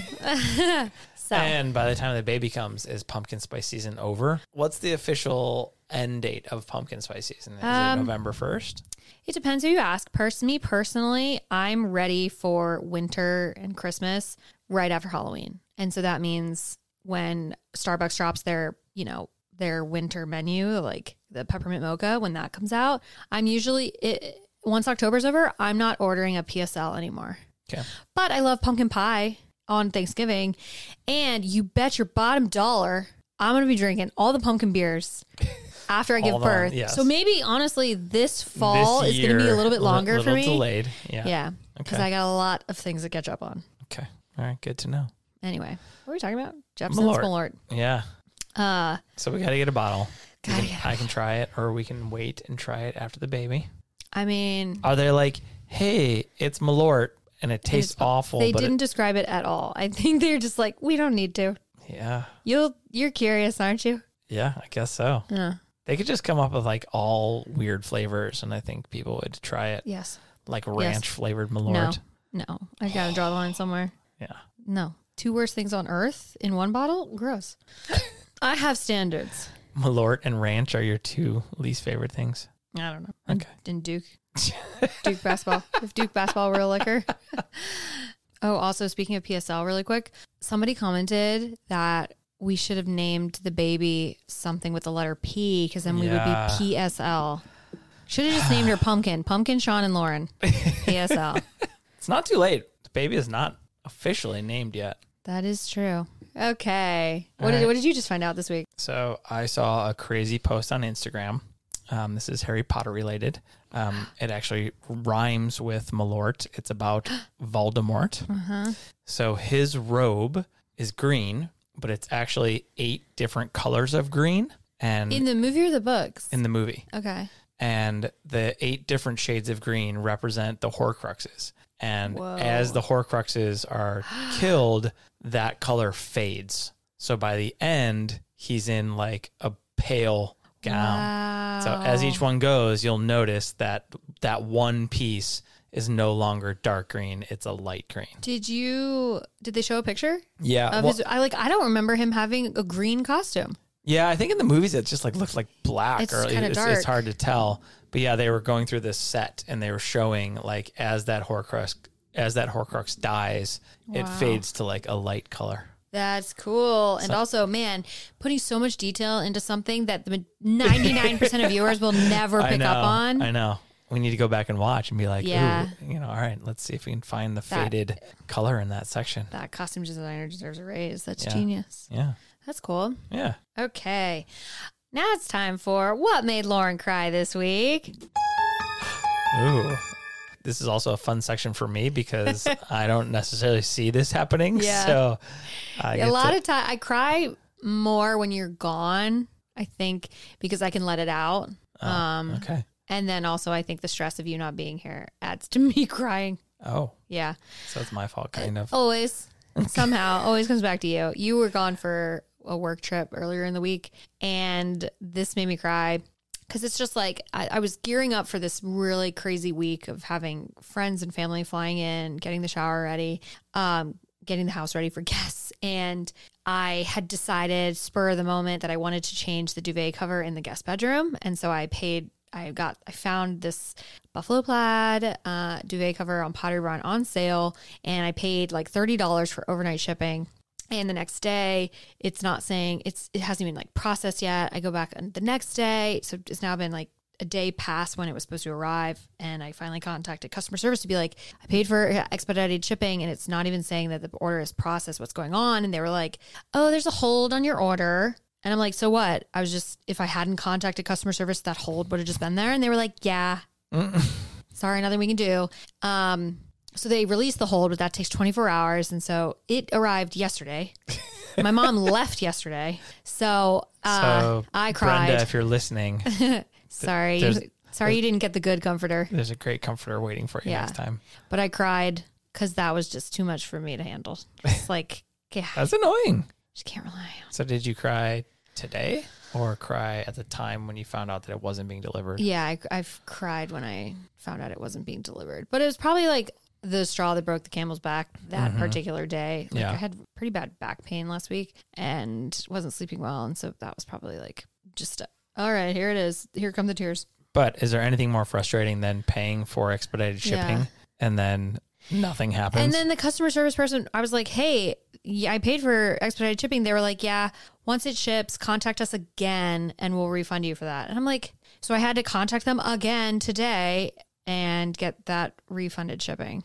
so And by the time the baby comes, is pumpkin spice season over? What's the official end date of pumpkin spice season? Is Um, it November 1st? it depends who you ask. Pers- me personally, I'm ready for winter and Christmas right after Halloween, and so that means when Starbucks drops their, you know, their winter menu, like the peppermint mocha, when that comes out, I'm usually it. Once October's over, I'm not ordering a PSL anymore. Okay. But I love pumpkin pie on Thanksgiving. And you bet your bottom dollar I'm going to be drinking all the pumpkin beers after I give Hold on, birth. yes. So maybe honestly this fall This is going to be year, a little bit li- longer little for me. delayed. Yeah. Yeah. Because Okay. I got a lot of things to catch up on. Okay. All right. Good to know. Anyway, what were we talking about? Jefferson's Malort. Malort. Yeah. Uh, So we got to get a bottle. You Gotta can- get a I can try it, or we can wait and try it after the baby. I mean, Are they like, hey, it's Malort and it tastes awful? they but it- didn't describe it at all. I think they're just like, we don't need to. yeah. You'll, you're curious, aren't you? Uh, Yeah. I guess so. Yeah. They could just come up with like all weird flavors, and I think people would try it, Yes. like ranch flavored Malort. No. No. I got to draw the line somewhere. Yeah. No. Two worst things on earth in one bottle? Gross. I have standards. Malort and ranch are your two least favorite things. I don't know. Okay. In Duke. Duke basketball. If Duke basketball were a liquor. oh, also speaking of PSL really quick, somebody commented that we should have named the baby something with the letter P because then we Yeah. would be PSL. Should have just named her Pumpkin. Pumpkin, Sean, and Lauren. PSL. It's not too late. The baby is not officially named yet. that is true. Okay. What, All did, right. what did you just find out this week? So I saw a crazy post on Instagram. Um, this is Harry Potter related. Um, it actually rhymes with Malort. It's about Voldemort. Uh-huh. So his robe is green, but it's actually eight different colors of green, and In the movie or the books? in the movie, okay. and the eight different shades of green represent the Horcruxes. And Whoa. as the Horcruxes are killed, that color fades. So by the end, he's in like a pale gown. Wow. Um, So as each one goes, you'll notice that that one piece is no longer dark green; it's a light green. Did you did they show a picture Yeah, of well- his I like I don't remember him having a green costume. Yeah, I think in the movies it just like looked like black It's or kinda it's, dark. it's hard to tell. But yeah, they were going through this set and they were showing like as that Horcrux as that Horcrux dies, it Wow. fades to like a light color. That's cool. And also, man, putting so much detail into something that the 99% of viewers will never I pick know. up on. I know. We need to go back and watch and be like, Yeah. ooh, you know, all right, let's see if we can find the That- faded color in that section. That costume designer deserves a raise. That's Yeah. genius. Yeah. That's cool. Yeah. Okay. Now it's time for what made Lauren cry this week. Ooh. This is also a fun section for me because I don't necessarily see this happening. Yeah. So I a get lot to- of time I cry more when you're gone, I think, because I can let it out. Oh. um Okay. And then also, I think the stress of you not being here adds to me crying. Oh. Yeah. So it's my fault kind of. Always, somehow, always comes back to you. You were gone for a work trip earlier in the week, and this made me cry because it's just like I, I was gearing up for this really crazy week of having friends and family flying in, getting the shower ready, um, getting the house ready for guests. And I had decided, spur of the moment, that I wanted to change the duvet cover in the guest bedroom. And so I paid. I got, I found this buffalo plaid uh, duvet cover on Pottery Barn on sale, and I paid like thirty dollars for overnight shipping. And the next day, it's not saying it's it hasn't even like processed yet. I go back on the next day, so it's now been like a day past when it was supposed to arrive, and I finally contacted customer service to be like, I paid for expedited shipping, and it's not even saying that the order is processed. What's going on? And they were like, Oh, there's a hold on your order. And I'm like, so what? I was just, if I hadn't contacted customer service, that hold would have just been there. And they were like, yeah, sorry, nothing we can do. Um, so they released the hold, but that takes 24 hours. And so it arrived yesterday. My mom left yesterday. So, uh, So, I cried. Brenda, if you're listening, sorry. there's- sorry you didn't get the good comforter, there's a great comforter waiting for you Yeah. next time. but I cried. because that was just too much for me to handle. It's like, yeah, I That's annoying. just can't rely on. So did you cry today or cry at the time when you found out that it wasn't being delivered? Yeah, I, I've cried when I found out it wasn't being delivered, but it was probably like the straw that broke the camel's back that particular day. Like Yeah. I had pretty bad back pain last week and wasn't sleeping well, and so that was probably like just a, all right. Here it is. Here come the tears. But is there anything more frustrating than paying for expedited shipping Yeah. and then nothing happens? And then the customer service person, I was like, hey, yeah, I paid for expedited shipping. They were like, yeah, once it ships, contact us again and we'll refund you for that. And I'm like, so I had to contact them again today and get that refunded shipping.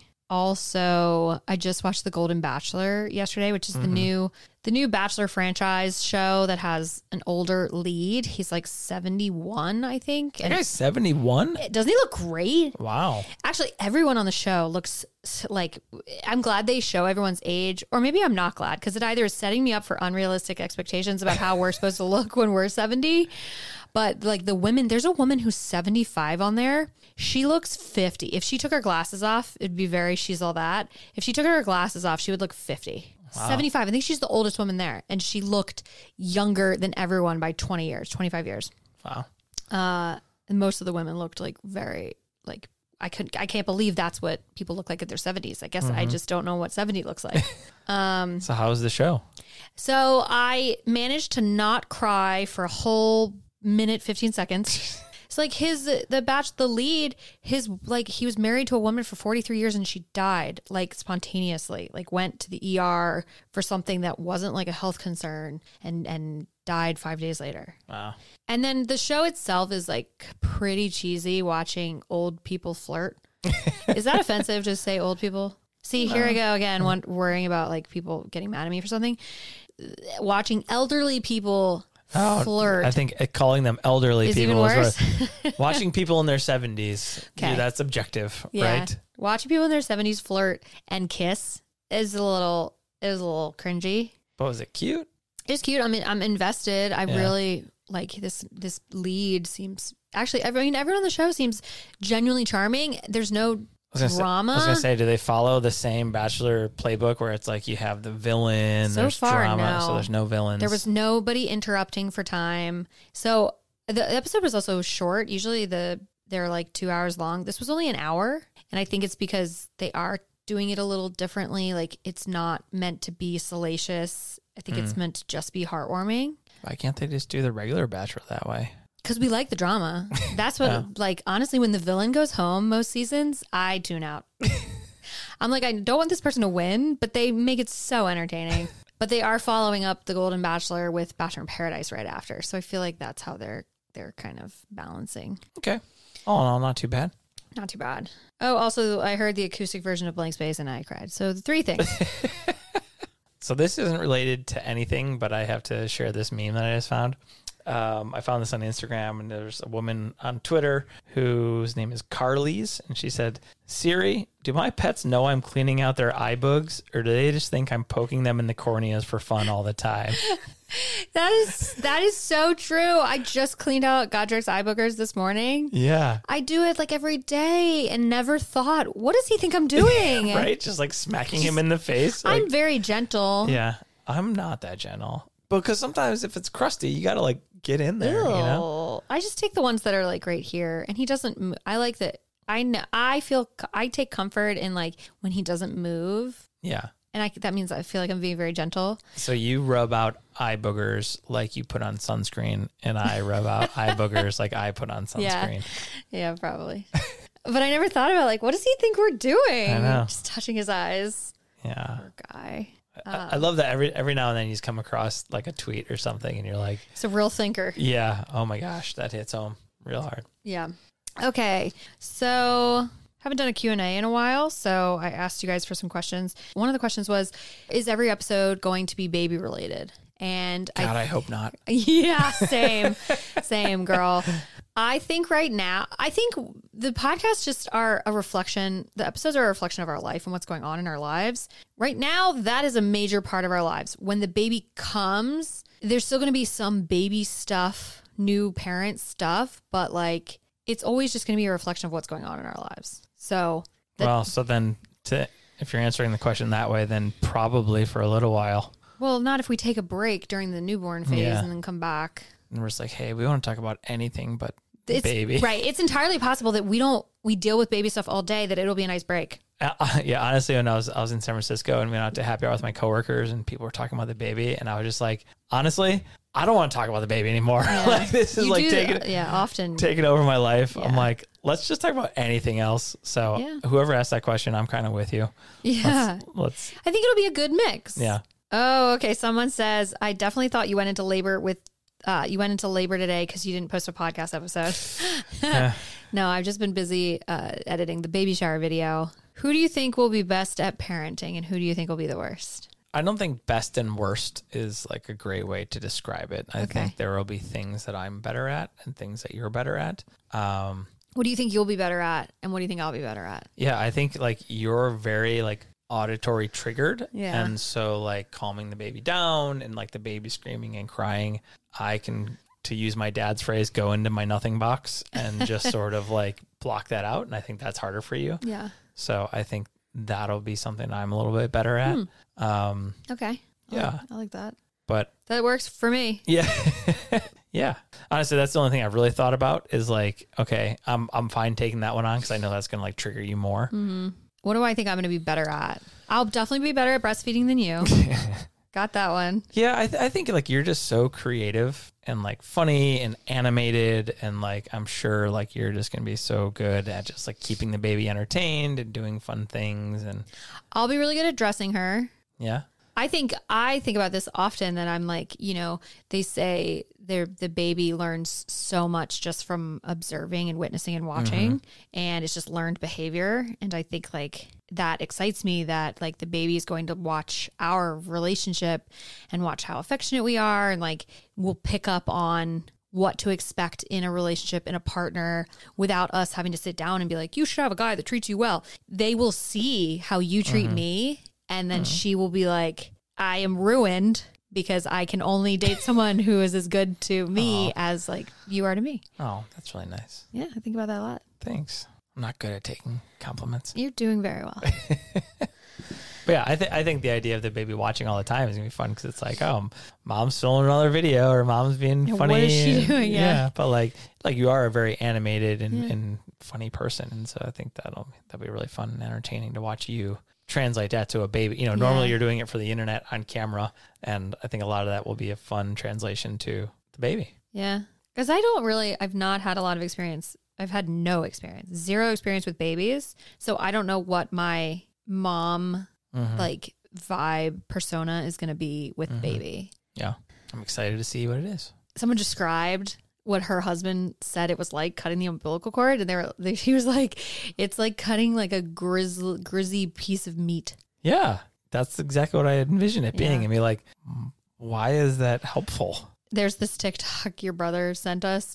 Also, I just watched The Golden Bachelor yesterday, which is the new the new Bachelor franchise show that has an older lead. He's like 71, I think. that And guy's 71? doesn't he look great? Wow. Actually, everyone on the show looks s- like I'm glad they show everyone's age, or maybe I'm not glad because it either is setting me up for unrealistic expectations about how we're supposed to look when we're 70. But like the women, there's a woman who's 75 on there. She looks 50. If she took her glasses off, it'd be very she's all that. If she took her glasses off, she would look 50. 75. I think she's the oldest woman there. And she looked younger than everyone by 20 years, 25 years. Wow. Uh, and most of the women looked like very like I could I can't believe that's what people look like in their seventies. I guess I just don't know what seventy looks like. So how's the show? so I managed to not cry for a whole minute fifteen seconds. It's like his the batch the lead his like he was married to a woman for 43 years and she died like spontaneously like went to the ER for something that wasn't like a health concern and and died 5 days later. Wow. And then the show itself is like pretty cheesy watching old people flirt. is that offensive to say old people? See, here I go again, one, worrying about like people getting mad at me for something. Watching elderly people Oh, flirt. I think uh, calling them elderly Is people even is worse. Watching people in their 70s, Okay. yeah, that's objective, yeah. right? Watching people in their 70s flirt and kiss is a little is a little cringy. But was it cute? It's cute. I'm I'm invested. I Yeah. really like this this lead seems actually I mean everyone on the show seems genuinely charming. There's no I was gonna say- I Drama? was going to say, do they follow the same Bachelor playbook where it's like you have the villain, So there's far, drama, no. so there's no villains? There was nobody interrupting for time. So the episode was also short. Usually the they're like 2 hours long. This was only an hour, and I think it's because they are doing it a little differently. Like it's not meant to be salacious. I think Mm. it's meant to just be heartwarming Why can't they just do the regular Bachelor that way? cuz we like the drama. That's what Yeah. like honestly when the villain goes home most seasons, I tune out. I'm like I don't want this person to win, but they make it so entertaining. but they are following up the Golden Bachelor with Bachelor in Paradise right after, so I feel like that's how they're they're kind of balancing. Okay. All in all, not too bad. Not too bad. Oh, also I heard the acoustic version of Blank Space and I cried. So the three things. So this isn't related to anything, but I have to share this meme that I just found. Um, I found this on Instagram, and there's a woman on Twitter whose name is Carly's, and she said, "Siri, do my pets know I'm cleaning out their eye bugs, or do they just think I'm poking them in the corneas for fun all the time?" that is that is so true. I just cleaned out Godric's eye boogers this morning. yeah, I do it like every day and never thought, what does he think I'm doing? right. Just like smacking him in the face. Like, I'm very gentle. yeah, I'm not that gentle because sometimes if it's crusty, you got to like get in there. You know. Ew. I just take the ones that are like right here, and he doesn't. Mo- I like that. I know. I feel. c- I take comfort in like when he doesn't move, Yeah. and I that means I feel like I'm being very gentle. So you rub out eye boogers like you put on sunscreen, and I rub out eye boogers like I put on Yeah. sunscreen. Yeah, probably. but I never thought about like what does he think we're doing? I know. Just touching his eyes. Yeah, Poor guy. I, I love that every every now and then you just come across like a tweet or something, and you're like, He's a real thinker. yeah, oh my gosh, that hits home real hard. Yeah. Okay. So haven't done a Q&A in a while, so I asked you guys for some questions. One of the questions was is every episode going to be baby related? And I God, I hope not. Yeah, same, same girl. I think right now, I think the podcasts just are a reflection. The episodes are a reflection of our life and what's going on in our lives. Right now, that is a major part of our lives. When the baby comes, there's still going to be some baby stuff, new parent stuff, but like it's always just going to be a reflection of what's going on in our lives. So well, so then to If you're answering the question that way, then probably for a little while. Well, not if we take a break during the newborn phase Yeah. and then come back. And we're just like, hey, we want to talk about anything but It's, baby. Right. It's entirely possible that we don't we deal with baby stuff all day that it'll be a nice break. Uh, yeah, honestly, when I was I was in San Francisco and went out to happy hour with my coworkers, and people were talking about the baby, and I was just like, honestly, I don't want to talk about the baby anymore. like this is You like do- taking yeah, often. taking over my life. I'm Yeah. like, let's just talk about anything else. So Yeah. Uh-huh. whoever asked that question, I'm kind of with you. yeah. Let's I think it'll be a good mix. yeah. Oh, okay. Someone says, I definitely thought you went into labor with, uh, you went into labor today because you didn't post a podcast episode. no, I've just been busy uh, editing the baby shower video. Who do you think will be best at parenting and who do you think will be the worst? I don't think best and worst is like a great way to describe it. I Okay. think there will be things that I'm better at and things that you're better at. Um, What do you think you'll be better at and what do you think I'll be better at? Yeah, I think like you're very like auditory triggered. Yeah. And so like calming the baby down and like the baby screaming and crying, I can to use my dad's phrase, go into my nothing box and just sort of like block that out. And I think that's harder for you. Yeah. So I think that'll be something I'm a little bit better at. Um Okay. I Yeah. like- I like that. but That works for me. yeah. yeah. Honestly, that's the only thing I've really thought about is like, okay, I'm I'm fine taking that one on because I know that's gonna like trigger you more. What do I think I'm going to be better at? I'll definitely be better at breastfeeding than you. Got that one. Yeah, I, th- I think like you're just so creative and like funny and animated and like I'm sure like you're just gonna be so good at just like keeping the baby entertained and doing fun things and I'll be really good at dressing her. yeah I think I think about this often that I'm like, you know, they say their the baby learns so much just from observing and witnessing and watching and it's just learned behavior and I think like that excites me that like the baby is going to watch our relationship and watch how affectionate we are and like we'll pick up on what to expect in a relationship in a partner without us having to sit down and be like you should have a guy that treats you well they will see how you treat me and then she will be like i am ruined because i can only date someone who is as good to me as like you are to me oh that's really nice yeah i think about that a lot thanks I'm not good at taking compliments you're doing very well but yeah I think I think the idea of the baby watching all the time is gonna be fun because it's like oh mom's filming another video or mom's being Yeah, funny what is she and- doing? Yeah. but like like you are a very animated and, and funny person and so I think that'll that'll be really fun and entertaining to watch you translate that to a baby you know normally Yeah. you're doing it for the internet on camera and I think a lot of that will be a fun translation to the baby yeah because i don't really i've not had a lot of experience i've had no experience zero experience with babies so i don't know what my mom like vibe persona is going to be with baby yeah I'm excited to see what it is someone described what her husband said it was like cutting the umbilical cord and they were they, he was like it's like cutting like a grizzly grizzy piece of meat yeah that's exactly what I envision it being Yeah. and be like "Mm, why is that helpful there's this TikTok your brother sent us,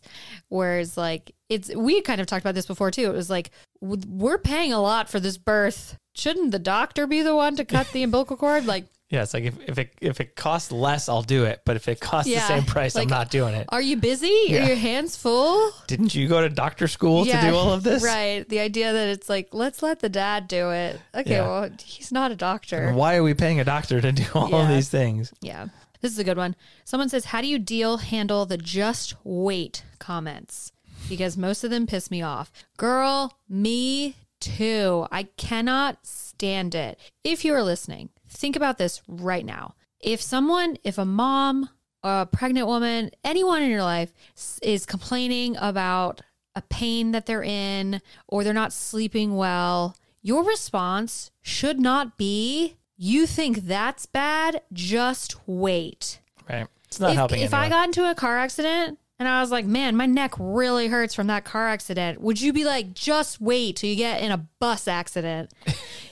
where it's like it's we kind of talked about this before too. It was like w- we're paying a lot for this birth. Shouldn't the doctor be the one to cut the umbilical cord? Like, Yeah, it's like if, if it if it costs less, I'll do it. But if it costs Yeah, the same price, I'm like- uh, not doing it. are you busy? Yeah. Are your hands full? Didn't you go to doctor school to do all of this? right? The idea that it's like let's let the dad do it. Okay, Yeah. well he's not a doctor. And Why are we paying a doctor to do all of Yeah. these things? Yeah. This is a good one. Someone says, How do you deal, handle the just wait comments? Because most of them piss me off. Girl, me too. I cannot stand it. If you are listening, think about this right now. If someone, if a mom, a pregnant woman, anyone in your life s- is complaining about a pain that they're in or they're not sleeping well, your response should not be, you think that's bad? Just wait. Right. It's not if helping. if I anyone. got into a car accident and I was like, man, my neck really hurts from that car accident, would you be like, just wait till you get in a bus accident?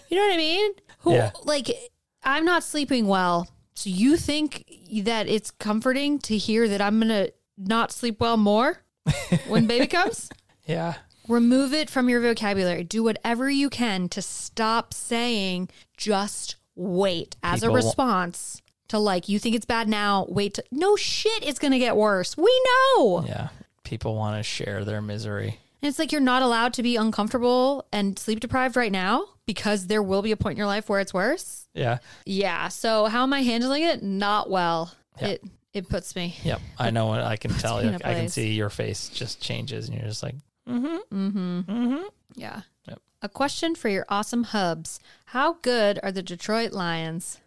you know what I mean? Who, Yeah. Like, I'm not sleeping well. So you think that it's comforting to hear that I'm going to not sleep well more when baby comes? yeah. Remove it from your vocabulary. Do whatever you can to stop saying just wait as People a won't- response to like you think it's bad now, wait. T- no shit, it's going to get worse. We know. Yeah. People want to share their misery. And it's like you're not allowed to be uncomfortable and sleep deprived right now because there will be a point in your life where it's worse. Yeah. Yeah. So how am I handling it? Not well. Yeah. It it puts me. Yep. I know. what I can tell. me in Like, a I can place. see your face just changes, and you're just like, Mm-hmm. Yeah. Mm-hmm. Yep. A question for your awesome hubs. How good are the Detroit Lions?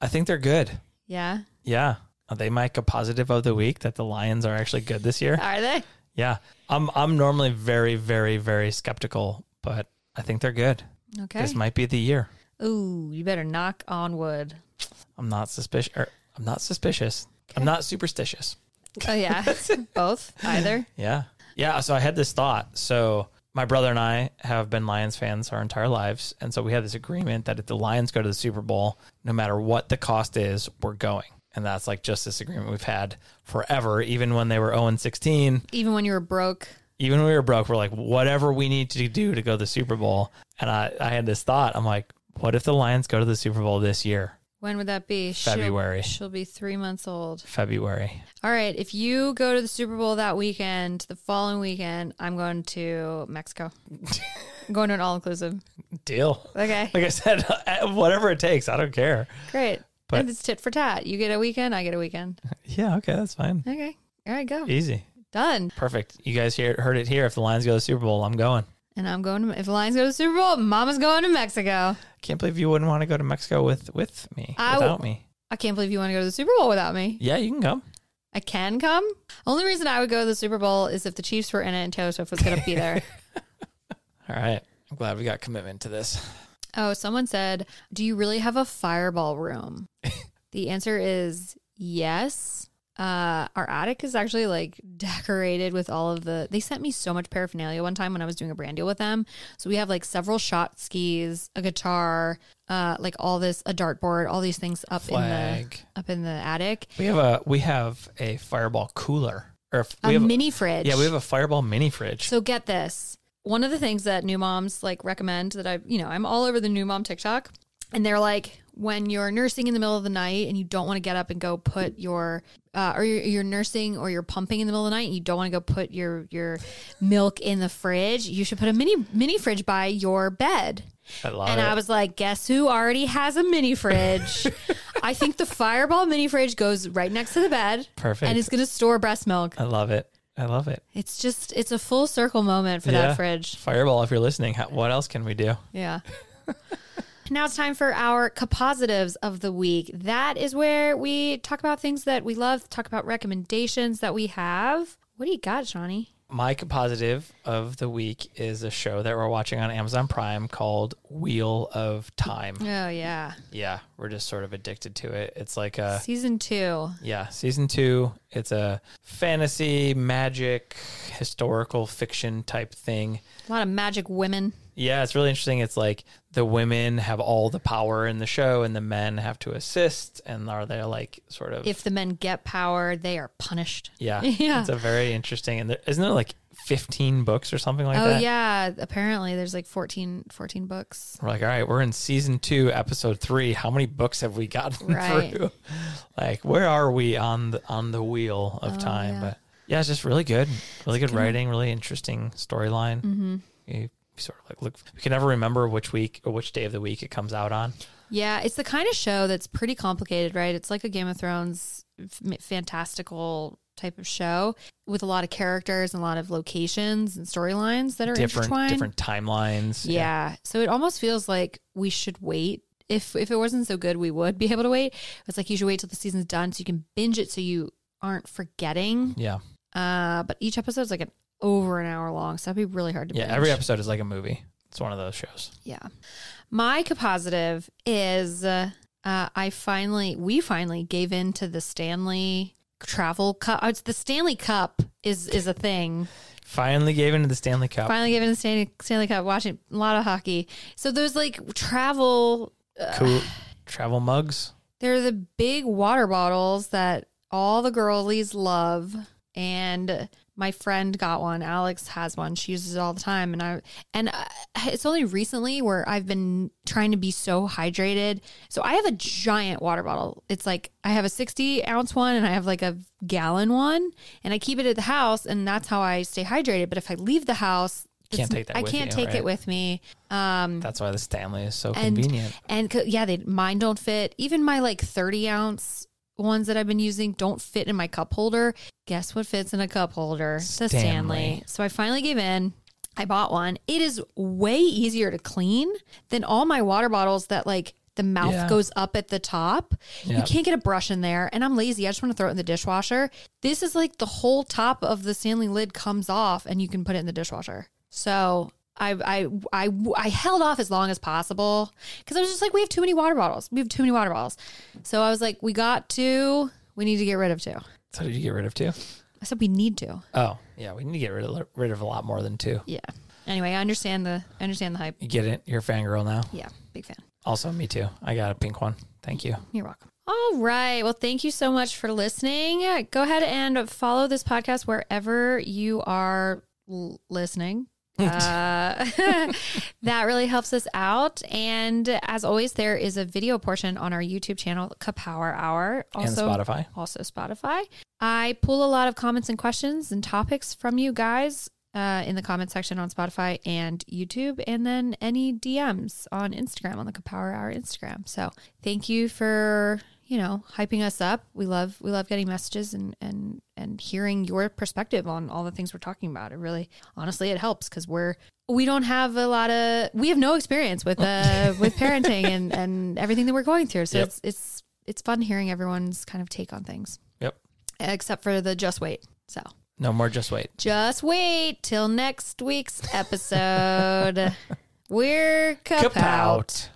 I think they're good. Yeah. Yeah. Are they my positive of the week that the Lions are actually good this year? Are they? Yeah. I'm I'm normally very, very, very skeptical, but I think they're good. Okay. This might be the year. Ooh, you better knock on wood. I'm not suspicious. Or I'm not suspicious. I'm not superstitious. Oh yeah. Both. Either. Yeah. Yeah. So I had this thought. So my brother and I have been Lions fans our entire lives. And so we had this agreement that if the Lions go to the Super Bowl, no matter what the cost is, we're going. And that's like just this agreement we've had forever, even when they were 0 16. Even when you were broke. even when we were broke, we're like, whatever we need to do to go to the Super Bowl. And I, I had this thought. I'm like, what if the Lions go to the Super Bowl this year? When would that be? She'll- February. she'll be three months old. February. All right. If you go to the Super Bowl that weekend, the following weekend, I'm going to Mexico. I'm going to an all inclusive. Deal. Okay. Like I said, whatever it takes, I don't care. Great. But- and it's tit for tat. You get a weekend, I get a weekend. Yeah, okay, that's fine. Okay. All right, go. Easy. Done. Perfect. You guys hear, heard it here. If the Lions go to the Super Bowl, I'm going. And I'm going to, if the Lions go to the Super Bowl, Mama's going to Mexico. Can't believe you wouldn't want to go to Mexico with, with me, I w- without me. I can't believe you want to go to the Super Bowl without me. Yeah, you can come. I can come. Only reason I would go to the Super Bowl is if the Chiefs were in it and Taylor Swift was going to be there. All right. I'm glad we got commitment to this. Oh, someone said, Do you really have a fireball room? the answer is yes. Uh, our attic is actually like decorated with all of the. They sent me so much paraphernalia one time when I was doing a brand deal with them. So we have like several shot skis, a guitar, uh, like all this, a dartboard, all these things up in Flag. the up in the attic. We have a we have a fireball cooler. Or if A we have, mini fridge. yeah, we have a fireball mini fridge. So get this. One of the things that new moms like recommend that I, you know, I'm all over the new mom TikTok and they're like when you're nursing in the middle of the night and you don't want to get up and go put your uh, or you're, you're nursing or you're pumping in the middle of the night and you don't want to go put your your milk in the fridge, you should put a mini mini fridge by your bed. I love And it. I was like, guess who already has a mini fridge? I think the Fireball mini fridge goes right next to the bed. Perfect. And it's going to store breast milk. I love it. I love it. It's just it's a full circle moment for Yeah. that fridge. Fireball, if you're listening, how, what else can we do? Yeah. now it's time for our compositives of the week. That is where we talk about things that we love, talk about recommendations that we have. What do you got, Johnny? My positive of the week is a show that we're watching on Amazon Prime called Wheel of Time. Oh yeah. Yeah, we're just sort of addicted to it. It's like a Season 2. yeah, season 2. It's a fantasy, magic, historical fiction type thing. A lot of magic women. Yeah, it's really interesting. It's like the women have all the power in the show and the men have to assist and are they like sort of If the men get power, they are punished. Yeah. Yeah. It's a very interesting. And there, isn't there like 15 books or something like oh that? yeah, apparently there's like 14 14 books. We're like, all right, we're in season two, episode three. How many books have we gotten Right. through? Like, where are we on the, on the wheel of time? Oh, yeah. But yeah, it's just really good. Really good writing, really interesting storyline. Mm-hmm. You sort of like look, we can never remember which week or which day of the week it comes out on. Yeah, it's the kind of show that's pretty complicated, right? It's like a Game of Thrones f- fantastical type of show with a lot of characters and a lot of locations and storylines that are Different, intertwined. different timelines. yeah. So it almost feels like we should wait. If if it wasn't so good, we would be able to wait. It's like you should wait till the season's done so you can binge it so you aren't forgetting. Yeah. Uh, but each episode's like an over an hour long, so that'd be really hard to Yeah. binge. Every episode is like a movie. It's one of those shows. Yeah. My positive is uh, uh, I finally, we finally gave in to the Stanley travel cup. Uh, it's the Stanley Cup is is a thing. Finally gave into the Stanley Cup. Finally gave in to the Stanley, Stanley Cup, watching a lot of hockey. So there's like travel, Cool. Travel mugs. they're the big water bottles that all the girlies love. And my friend got one. Alex has one. She uses it all the time, and I and uh, it's only recently where I've been trying to be so hydrated. So I have a giant water bottle. It's like I have a sixty ounce one, and I have like a gallon one, and I keep it at the house, and that's how I stay hydrated. But if I leave the house, Can't it's- take that I with can't you, take right? it with me. Um, That's why the Stanley is so and convenient. and co- yeah, they mine don't fit. Even my like thirty ounce ones that I've been using don't fit in my cup holder. Guess what fits in a cup holder? The Stanley. Stanley. So I finally gave in. I bought one. It is way easier to clean than all my water bottles that like the mouth Yeah. goes up at the top. You Yeah. can't get a brush in there. And I'm lazy. I just want to throw it in the dishwasher. This is like the whole top of the Stanley lid comes off and you can put it in the dishwasher. So I I I, I held off as long as possible because I was just like, we have too many water bottles. We have too many water bottles. So I was like, we got two. We need to get rid of two. So did you get rid of two? I said we need to. Oh, yeah. We need to get rid of rid of a lot more than two. Yeah. Anyway, I understand the I understand the hype. You get it? You're a fangirl now. Yeah, big fan. Also, me too. I got a pink one. Thank you. You're welcome. All right. Well, thank you so much for listening. Go ahead and follow this podcast wherever you are l- listening. Uh, that really helps us out. And as always, there is a video portion on our YouTube channel, Kapower Hour. Also, and Spotify. also Spotify. I pull a lot of comments and questions and topics from you guys uh, in the comment section on Spotify and YouTube, and then any DMs on Instagram on the Kapower Hour Instagram. So thank you for you know hyping us up. We love we love getting messages and and and hearing your perspective on all the things we're talking about. It really honestly it helps because we're we don't have a lot of we have no experience with uh with parenting and and everything that we're going through. So Yep. it's it's it's fun hearing everyone's kind of take on things, Yep. except for the just wait. So No more. Just wait. just wait till next week's episode. We're cup, Kapout. out.